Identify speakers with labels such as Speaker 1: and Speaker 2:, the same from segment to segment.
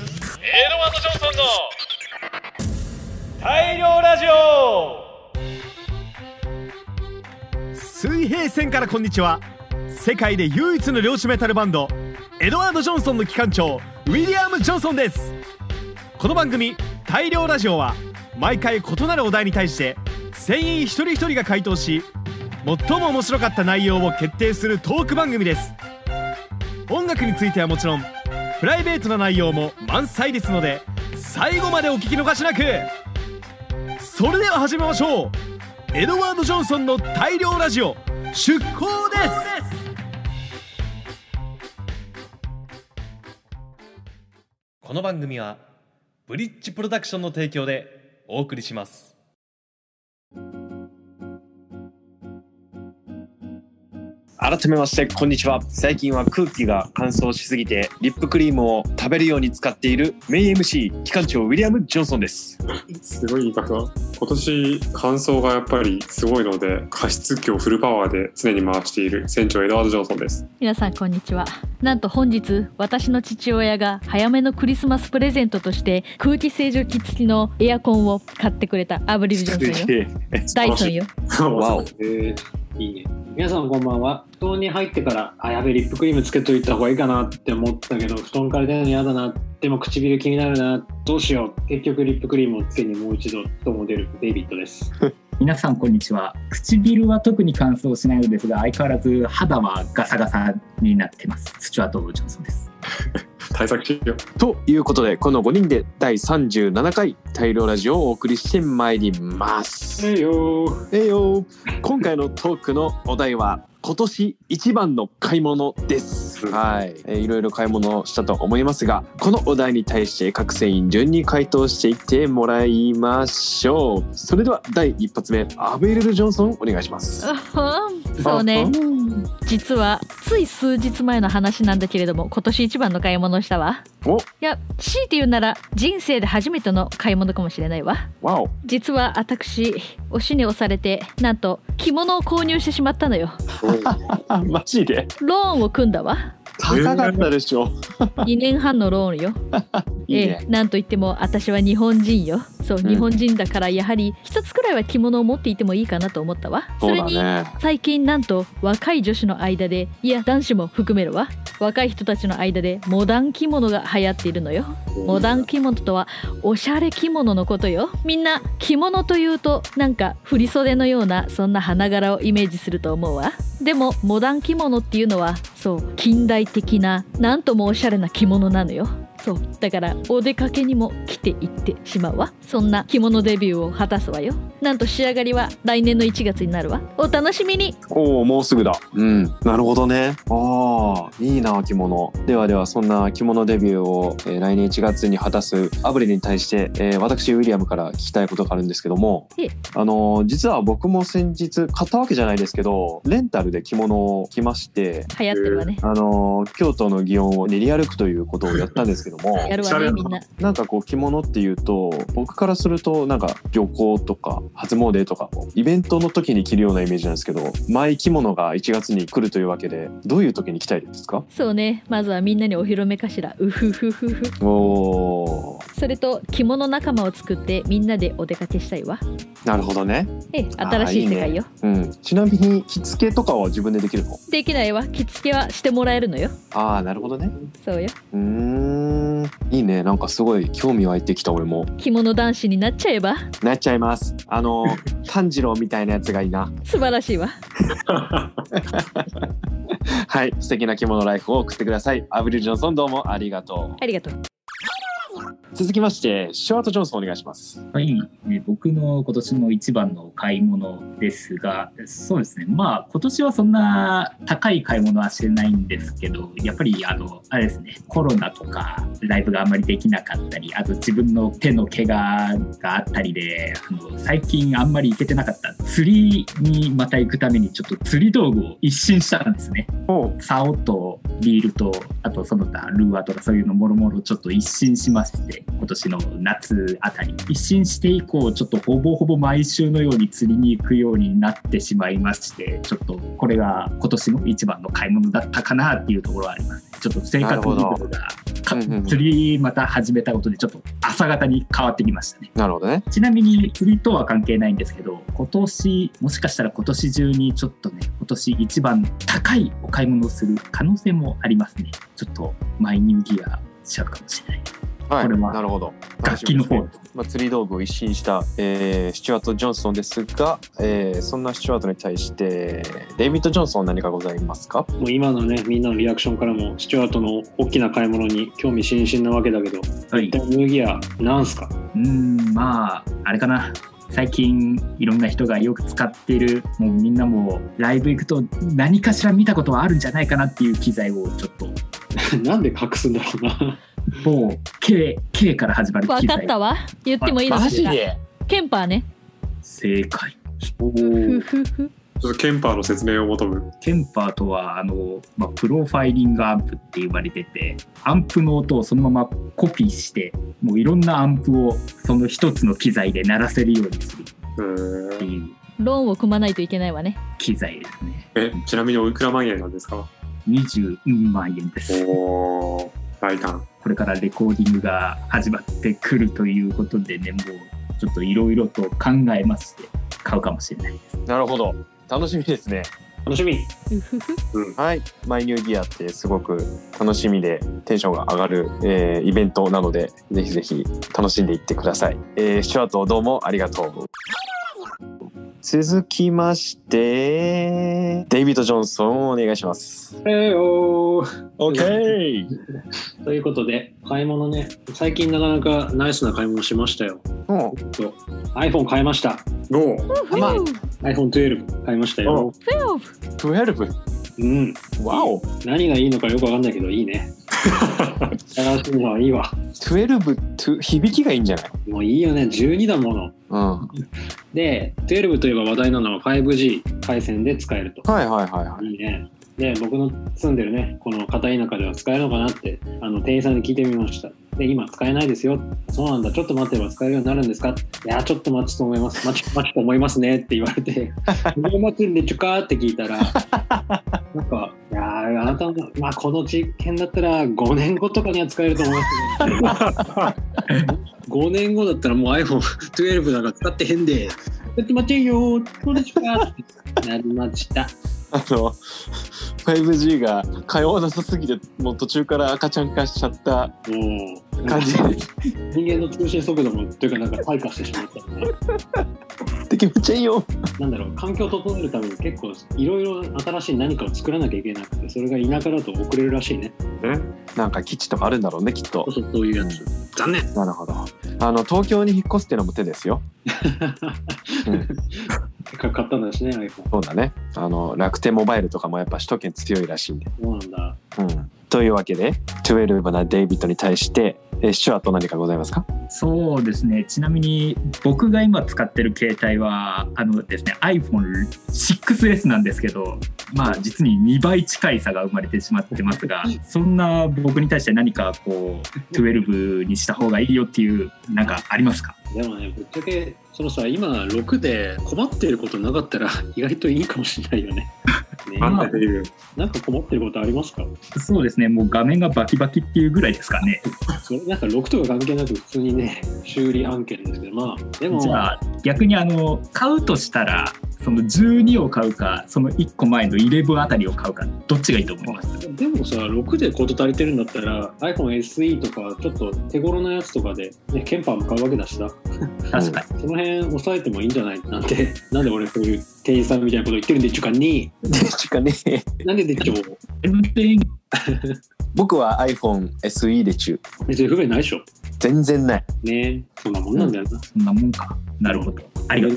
Speaker 1: ワード・ジョンソンの大量ラジオ
Speaker 2: 水平線からこんにちは世界で唯一の漁師メタルバンドエドワード・ジョンソンの機関長ウィリアム・ジョンソンですこの番組「大量ラジオは」毎回異なるお題に対して船員一人一人が回答し最も面白かった内容を決定するトーク番組です音楽についてはもちろんプライベートな内容も満載ですので最後までお聞き逃しなくそれでは始めましょうエドワード・ジョンソンの大量ラジオ出航ですこの番組はブリッジプロダクションの提供でお送りします
Speaker 3: 改めましてこんにちは最近は空気が乾燥しすぎてリップクリームを食べるように使っているメイン MC 機関長ウィリアム・ジョンソンです
Speaker 4: すごい言い方今年乾燥がやっぱりすごいので加湿器をフルパワーで常に回している船長エドワード・ジョンソンです
Speaker 5: 皆さんこんにちはなんと本日私の父親が早めのクリスマスプレゼントとして空気清浄機付きのエアコンを買ってくれたアブリル・ジョンソンよダイソンよ
Speaker 3: わお
Speaker 6: えーいいね。皆さんこんばんは。布団に入ってから、あ、やべ、リップクリームつけといた方がいいかなって思ったけど、布団から出るの嫌だな。でも唇気になるな。どうしよう。結局リップクリームをつけにもう一度、とも出るデイビッドです。
Speaker 7: 皆さんこんにちは唇は特に乾燥しないのですが相変わらず肌はガサガサになってますスチュワート・ジョンソンです
Speaker 4: 対策しよう
Speaker 3: ということでこの5人で第37回大量ラジオをお送りしてまいります
Speaker 6: えいよー。
Speaker 3: えーよー今回のトークのお題は今年一番の買い物です。はい、えーいろいろ買い物をしたと思いますが、このお題に対して各船員順に回答していってもらいましょう。それでは第一発目、アベルルジョンソンお願いします。
Speaker 5: そうね実はつい数日前の話なんだけれども今年一番の買い物をしたわ
Speaker 3: お
Speaker 5: いや強いて言うなら人生で初めての買い物かもしれないわ
Speaker 3: わお、
Speaker 5: 実は私押しに押されてなんと着物を購入してしまったのよ
Speaker 3: あ、マジで
Speaker 5: ローンを組んだわ
Speaker 3: 高かったでしょ。
Speaker 5: 2年半のローンよ
Speaker 3: いい
Speaker 5: え
Speaker 3: ね。
Speaker 5: え、なんといっても私は日本人よそう、
Speaker 3: ん
Speaker 5: 日本人だからやはり一つくらいは着物を持っていてもいいかなと思ったわそ
Speaker 3: そう
Speaker 5: れ
Speaker 3: だ
Speaker 5: に
Speaker 3: ね。
Speaker 5: 最近なんと若い女子の間でいや男子も含めるわ若い人たちの間でモダン着物が流行っているのよモダン着物とはおしゃれ着物のことよみんな着物というとなんか振袖のようなそんな花柄をイメージすると思うわでもモダン着物っていうのはそう近代的ななんともおしゃれな着物なのよそうだからお出かけにも着ていってしまうわそんな着物デビューを果たすわよなんと仕上がりは来年の1月になるわお楽しみに
Speaker 3: おお、もうすぐだ。うん、なるほどね。ああ、いいな、着物。ではでは、そんな着物デビューを、えー来年1月に果たすアブリルに対して、えー私、ウィリアムから聞きたいことがあるんですけども
Speaker 5: ええ、
Speaker 3: あのー実は僕も先日買ったわけじゃないですけど、レンタルで着物を着まして、
Speaker 5: 流行ってるわね
Speaker 3: あのー京都の祇園を練り歩くということをやったんですけども、
Speaker 5: やる
Speaker 4: おし
Speaker 5: わ
Speaker 4: ゃれだな
Speaker 5: ねみんな
Speaker 3: なんかこう着物っていうと僕からするとなんか旅行とか初詣とかイベントの時に着るようなイメージなんですけど毎着物が1月に来るというわけでどういう時に着たいですか
Speaker 5: そうねまずはみんなにお披露目かしらうふふふふ
Speaker 3: おー
Speaker 5: それと着物仲間を作ってみんなでお出かけしたいわ
Speaker 3: なるほどね、
Speaker 5: ええ新しい世界よ
Speaker 3: うん、ちなみに着付けとかは自分でできるの
Speaker 5: できないわ着付けはしてもらえるのよ
Speaker 3: ああなるほどね
Speaker 5: そうよ
Speaker 3: うーんいいねなんかすごい興味湧いてきた俺も
Speaker 5: 着物男子になっちゃえば
Speaker 3: なっちゃいますあ の炭治郎みたいなやつがいいな
Speaker 5: 素晴らしいわ
Speaker 3: はい素敵な着物ライフを送ってくださいアブリル・ジョンソンどうもありがと
Speaker 5: ありがとう
Speaker 3: う続きましてシュワート・ジョンソンお願いします
Speaker 7: はい、ね僕の今年の一番の買い物ですがそうですねまあ今年はそんな高い買い物はしてないんですけどやっぱりあのあれですねコロナとかライブがあんまりできなかったりあと自分の手の怪我があったりであの最近あんまり行けてなかった釣りにまた行くためにちょっと釣り道具を一新したんですね。竿とリールとあとその他ルアーとかそういうのもろもろちょっと一新しまして今年の夏あたり一新して以降ちょっとほぼほぼ毎週のように釣りに行くようになってしまいましてちょっとこれが今年の一番の買い物だったかなっていうところはありますちょっと生活リズムがか
Speaker 3: うんうんうん
Speaker 7: 釣りまた始めたことでちょっと朝方に変わってきましたね。
Speaker 3: なるほどね。
Speaker 7: ちなみに釣りとは関係ないんですけど今年もしかしたら今年中にちょっとね今年一番高いお買い物をする可能性もありますねちょっとマイニューギアしちゃうかもしれない
Speaker 3: はい。
Speaker 7: これは
Speaker 3: なるほど。
Speaker 7: 楽器の方
Speaker 3: まあ、釣り道具を一新した、えースチュワート・ジョンソンですが、えーそんなスチュワートに対してデイビッド・ジョンソン何かございますか
Speaker 6: もう今のねみんなのリアクションからもスチュワートの大きな買い物に興味津々なわけだけど
Speaker 7: はい
Speaker 6: 一体ニューギアなんすか
Speaker 7: うーんまああれかな最近いろんな人がよく使っているもうみんなもうライブ行くと何かしら見たことはあるんじゃないかなっていう機材をちょっと
Speaker 6: なんで隠すんだろうな
Speaker 7: 某 K, K から始まる
Speaker 5: わ
Speaker 7: 機
Speaker 5: か
Speaker 7: 材
Speaker 5: ったわ言ってもいいですか
Speaker 3: で
Speaker 5: ケンパーね
Speaker 7: 正解
Speaker 5: ふふふ
Speaker 4: ちょっとケンパーの説明を求む。
Speaker 7: ケンパーとはあの、まあ、プロファイリングアンプって言われててアンプの音をそのままコピーしてもういろんなアンプをその一つの機材で鳴らせるようにするっ
Speaker 4: え
Speaker 7: て
Speaker 4: ー
Speaker 7: いう
Speaker 5: ローンを組まないといけないわね
Speaker 7: 機材ですね
Speaker 4: え、ちなみにおいくら万円なんですか
Speaker 7: 20万円です
Speaker 4: おお、大胆。
Speaker 7: これからレコーディングが始まってくるということでねもうちょっといろいろと考えまして買うかもしれないです
Speaker 3: なるほど楽しみですね
Speaker 6: 楽しみ
Speaker 5: うふふ
Speaker 3: はいマイニューギアってすごく楽しみでテンションが上がる、えーイベントなのでぜひぜひ楽しんでいってください、えー、スチュワートどうもありがとう続きましてデイビッド・ジョンソンお願いします
Speaker 6: えーよー
Speaker 3: OK
Speaker 6: ということで買い物ね最近なかなかナイスな買い物しましたよ
Speaker 3: うん
Speaker 6: と iPhone 買いました
Speaker 4: おお、
Speaker 5: フェオフ
Speaker 6: iPhone12 買いましたよ
Speaker 5: ェオフ
Speaker 3: 12
Speaker 6: うん
Speaker 3: わお
Speaker 6: 何がいいのかよくわかんないけどいいね新しいのはいいわ
Speaker 3: 12と響きがいいんじゃない
Speaker 6: もういいよね12だもの
Speaker 3: うんは
Speaker 6: で12といえば話題なのは 5G 回線で使えると
Speaker 3: いはいはいはい
Speaker 6: いいね。で、僕の住んでるね、この片田舎では使えるのかなって、あの、店員さんに聞いてみました。で、今使えないですよ。そうなんだ、ちょっと待てば使えるようになるんですかいや、ちょっと待ちと思います。待ち、待ちと思いますねって言われて、どう待つんでちゅかって聞いたら、なんか、いやーあなたも、まあ、この実験だったら5年後とかには使えると思いますけど、5年後だったらもう iPhone12 なんか使ってへんで、ちょっと待ちよー、どうでしょうかってなりました。
Speaker 3: あの 5G が通わなさすぎてもう途中から赤ちゃん化しちゃった
Speaker 6: もう
Speaker 3: 感じ
Speaker 6: 人間の通信速度もというかなんか退化してしまったので
Speaker 3: で気持ちいいよ
Speaker 6: なんだろう環境を整えるために結構いろいろ新しい何かを作らなきゃいけなくてそれが田舎だと遅れるらしいね
Speaker 3: なんか基地とかあるんだろうねきっと
Speaker 6: そうそうそういうやつ残念
Speaker 3: なるほどあの東京に引っ越すっていうのも手ですよ
Speaker 6: 結果買ったんだしね iPhone
Speaker 3: そうだねあの楽天モバイルとかもやっぱ首都圏強いらしいんで
Speaker 6: そうなんだ
Speaker 3: うんというわけで12なデイビッドに対してえーシュアと何かござい ますか
Speaker 7: そうですねちなみに僕が今使ってる携帯はあのですね iPhone6S なんですけどまあ実に2倍近い差が生まれてしまってますがそんな僕に対して何かこう12にした方がいいよっていうなんかありますか
Speaker 6: でもねぶっちゃけそのさ今6で困っていることなかったら意外といいかもしれないよ ねね
Speaker 4: なんていう。
Speaker 6: なんか困ってることありますか
Speaker 7: そうですねもう画面がバキバキっていうぐらいですかね
Speaker 6: それなんか6とか関係なく普通にね修理案件ですけどまあでも
Speaker 7: じゃあ逆にあの買うとしたらその12を買うかその1個前の11あたりを買うかどっちがいいと思います
Speaker 6: でもさ、6でコート足りてるんだったら、iPhone SE とか、ちょっと手頃なやつとかで、ね、ケンパーも買うわけだしさ、
Speaker 7: 確かに
Speaker 6: その辺抑えてもいいんじゃないなんて、 なんで俺そういう店員さんみたいなこと言ってるんでっちゅうかに、
Speaker 3: でしかね
Speaker 6: なんででっちゅう
Speaker 7: 運転
Speaker 3: 僕は iPhoneSE で中
Speaker 6: 別に不便ないでしょ。
Speaker 3: 全然ない
Speaker 6: ねそんなもんなんだよな。
Speaker 7: そんなもんか。なるほど。ありがと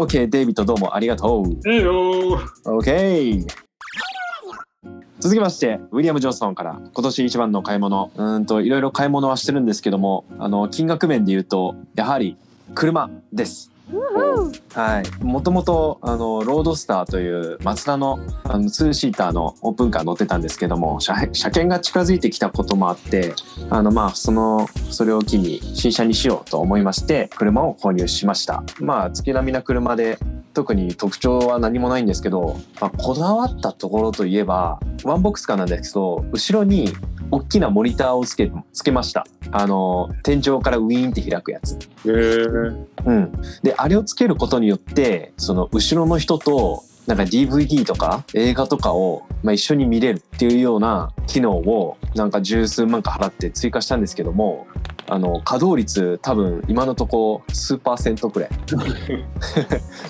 Speaker 7: う。
Speaker 3: OK デイビッドどうもありがとう
Speaker 6: ええよ
Speaker 3: OK 続きましてウィリアム・ジョンソンから今年一番の買い物うーんといろいろ買い物はしてるんですけどもあの金額面で言うとやはり車です。はい、もともとあのロードスターというマツダのあのツーシーターのオープンカー乗ってたんですけども車車検が近づいてきたこともあってあのまあそのそれを機に新車にしようと思いまして車を購入しましたまあ月並みな車で特に特徴は何もないんですけど、まあ、こだわったところといえばワンボックスカーなんですけど後ろに大きなモニターをつけつけましたあの天井からウィーンって開くやつ
Speaker 4: へえ
Speaker 3: うん、であれをつけることによってその後ろの人となんか DVD とか映画とかを、まあ、一緒に見れるっていうような機能をなんか十数万か払って追加したんですけどもあの稼働率多分今のとこ数パーセント くらい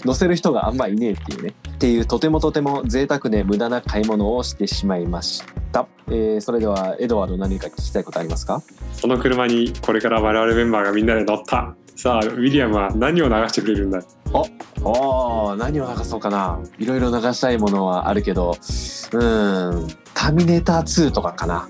Speaker 3: 乗せる人があんまいねえっていうねっていうとてもとても贅沢で無駄な買い物をしてしまいました、えーそれではエドワード何か聞きたいことありますか
Speaker 4: その車にこれから我々メンバーがみんなで乗ったさあウィリアムは何を流してくれるんだ
Speaker 3: おー何を流そうかないろいろ流したいものはあるけどうーん「ターミネーター2」とかか な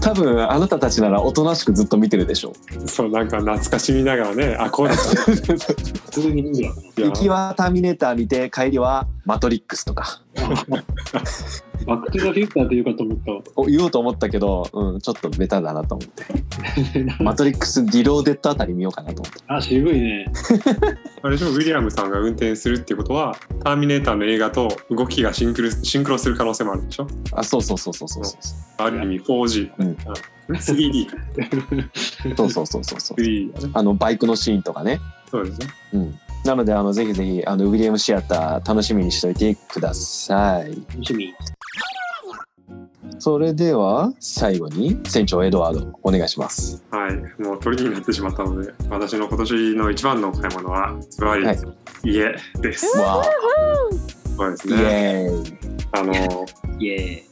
Speaker 3: 多分あなたたちならおとなしくずっと見てるでしょ
Speaker 4: そうなんか懐かしみながらねあこうだ った
Speaker 3: う
Speaker 6: 普通に見るよ。
Speaker 4: いや
Speaker 3: 行きは「ターミネーター」見て帰りは「マトリックス」とか
Speaker 6: バックトゥザフューチャーというかと思ったわ。
Speaker 3: を言おうと思ったけど、うん、ちょっとベタだなと思って「マトリックス・ディローデッド」あたり見ようかなと思って
Speaker 6: あ、渋いね。
Speaker 4: あれでしょウィリアムさんが運転するってことはターミネーターの映画と動きがシンクロシンクロする可能性もあるでしょ
Speaker 3: あそうそうそうそうそうそう
Speaker 4: ある意味 4G、
Speaker 3: うん
Speaker 4: 3D か
Speaker 3: そうそうそうそうそう
Speaker 4: 3D だね
Speaker 3: あのバイクのシーンとかね
Speaker 4: そうですね
Speaker 3: うん、なのであのぜひぜひあのウィリアムシアター楽しみにしておいてください
Speaker 6: 楽しみ。
Speaker 3: それでは最後に船長エドワードお願いします
Speaker 4: はい、もう鳥になってしまったので、私の今年の一番の買い物は、ズバリ、
Speaker 3: はい
Speaker 4: 家です。
Speaker 3: わ
Speaker 4: そうです
Speaker 3: イエ
Speaker 4: ね。
Speaker 3: ーイ
Speaker 4: あの、
Speaker 6: イエ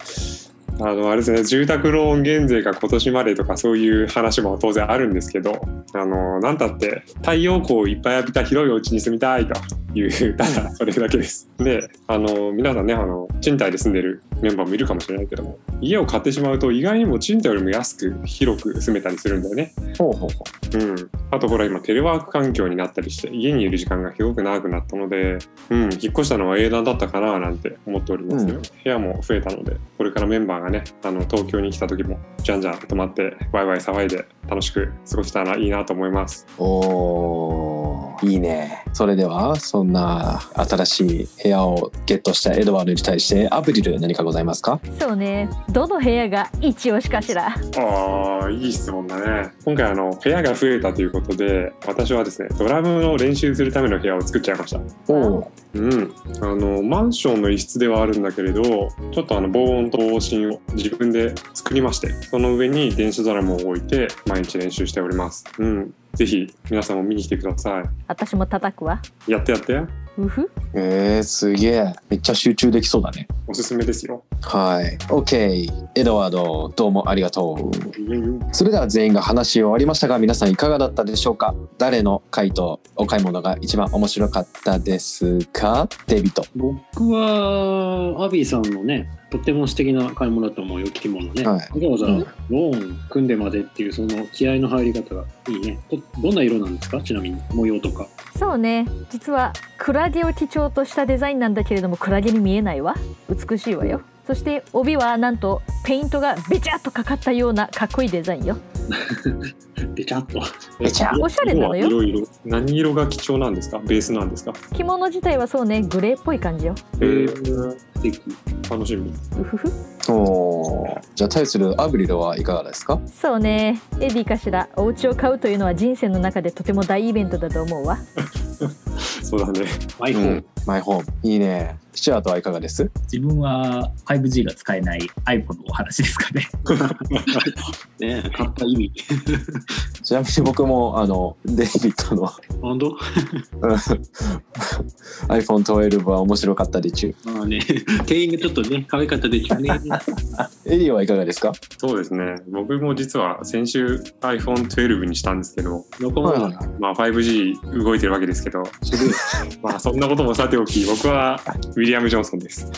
Speaker 4: あの、あれですね、住宅ローン減税が今年までとか、そういう話も当然あるんですけど、あの、なんたって、太陽光をいっぱい浴びた広いお家に住みたいという、ただ、それだけです。で、あの、皆さんね、あの、賃貸で住んでるメンバーもいるかもしれないけども、家を買ってしまうと、意外にも賃貸よりも安く、広く住めたりするんだよね。
Speaker 3: ほうほうほ
Speaker 4: うん、あとほら今テレワーク環境になったりして家にいる時間がすごく長くなったので、うん、引っ越したのは英断だったかななんて思っておりますよ、
Speaker 3: うん
Speaker 4: 部屋も増えたのでこれからメンバーがねあの東京に来た時もじゃんじゃん泊まってワイワイ騒いで楽しく過ごせたらいいなと思います
Speaker 3: うおーいいねそれではそんな新しい部屋をゲットしたエドワードに対してアプリル何かございますか
Speaker 5: そうねどの部屋が一押しかしら
Speaker 4: あーいい質問だね今回あの部屋が増えたということで私はですねドラムの練習するための部屋を作っちゃいました
Speaker 3: おお
Speaker 4: うん、あのマンションの一室ではあるんだけれどちょっとあの防音と防振を自分で作りましてその上に電子ドラムを置いて毎日練習しておりますうんぜひ皆さんも見に来てくださ
Speaker 5: 私も叩くわ
Speaker 4: いやってやって
Speaker 5: うふ
Speaker 3: えー、すげえめっちゃ集中できそうだね
Speaker 4: おすすめですよ
Speaker 3: はい OK エドワードどうもありがとう
Speaker 4: うん
Speaker 3: それでは全員が話し終わりましたが皆さんいかがだったでしょうか誰の回答お買い物が一番面白かったですかデビット
Speaker 6: 僕は、アビーさんのね、とっても素敵な買い物だと思うよ、着物ね。
Speaker 3: はい
Speaker 6: わざわざ
Speaker 3: うん
Speaker 6: ローン組んでまでっていう、その気合の入り方がいいね。どどんな色なんですかちなみに、模様とか。
Speaker 5: そうね実はクラゲを基調としたデザインなんだけれどもクラゲに見えないわ美しいわよそして帯はなんとペイントがべちゃっとかかったようなかっこいいデザインよ
Speaker 6: べちゃっと。
Speaker 3: めちゃ
Speaker 5: おしゃれなのよ
Speaker 4: 色はいろいろ何色が貴重なんですかベースなんですか
Speaker 5: 着物自体はそうねグレーっぽい感じよ
Speaker 4: え
Speaker 6: 素敵。
Speaker 4: 楽しみ
Speaker 5: うふふ
Speaker 3: おーじゃあ対するアブリルはいかがですか
Speaker 5: そうねエディかしらお家を買うというのは人生の中でとても大イベントだと思うわ
Speaker 4: そうだね
Speaker 6: マイフォン。
Speaker 3: マイホームいいねスチュアートはいかがです
Speaker 7: 自分は 5G が使えない iPhone のお話ですかね。
Speaker 6: ね、買った意味。
Speaker 3: ちなみに僕もあの デビットの
Speaker 6: 本当
Speaker 3: iPhone12 は面白かったで中
Speaker 6: まあね、店員がちょっとね、可愛かったでしょうね。
Speaker 3: エリーはいかがですか
Speaker 4: そうですね僕も実は先週 iPhone12 にしたんですけど
Speaker 6: どこも、
Speaker 3: はい
Speaker 4: まあ 5G 動いてるわけですけど
Speaker 6: 渋い。
Speaker 4: まあそんなこともさておき僕はウィリアム・ジョンソンです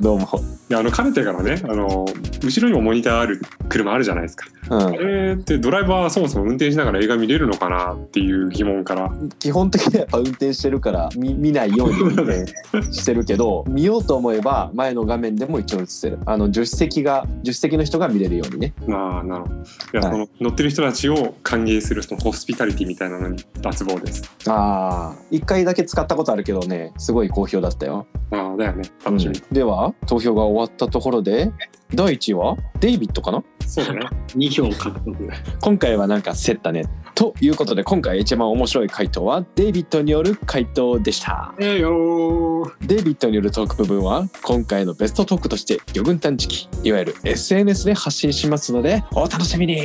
Speaker 3: どうも
Speaker 4: であのかねてからねあの後ろにもモニターある車あるじゃないですか
Speaker 3: う
Speaker 4: あ
Speaker 3: ん
Speaker 4: れってドライバーはそもそも運転しながら映画見れるのかなっていう疑問から
Speaker 3: 基本的にはやっぱ運転してるから見見ないように運転してるけ ど見ようと思えば前の画面でも一応映せるあの助手席が助手席の人が見れるようにね
Speaker 4: なあなるほどいや、
Speaker 3: はい
Speaker 4: その乗ってる人たちを歓迎するそのホスピタリティみたいなのに脱帽です
Speaker 3: ああ1回だけ使ったことあるけどねすごい好評だったよ
Speaker 4: ああだよね楽しみ、
Speaker 3: では投票が終わったところで第1位はデイビッドかな
Speaker 4: そうだね
Speaker 6: 2票獲得
Speaker 3: 今回はなんか競ったねということで今回一番面白い回答はデイビッドによる回答でした
Speaker 6: ええよー
Speaker 3: デイビッドによるトーク部分は今回のベストトークとして魚群探知機いわゆる SNS で発信しますのでお楽しみに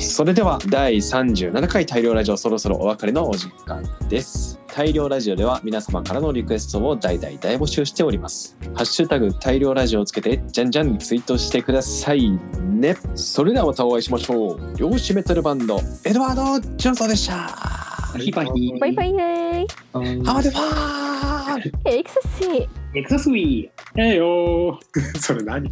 Speaker 3: それでは第37回大量ラジオそろそろお別れのお時間です大量ラジオでは皆様からのリクエストを大々大募集しておりますハッシュタグ大量ラジオをつけてじゃんじゃんツイートしてくださいねそれではまたお会いしましょう漁師メタルバンドエドワード・ジョンソンでした
Speaker 6: ヒパヒ
Speaker 8: バイバイイエーイ
Speaker 3: ハマデパー
Speaker 8: エクサシー
Speaker 6: エクサスウィーええよー
Speaker 4: それ何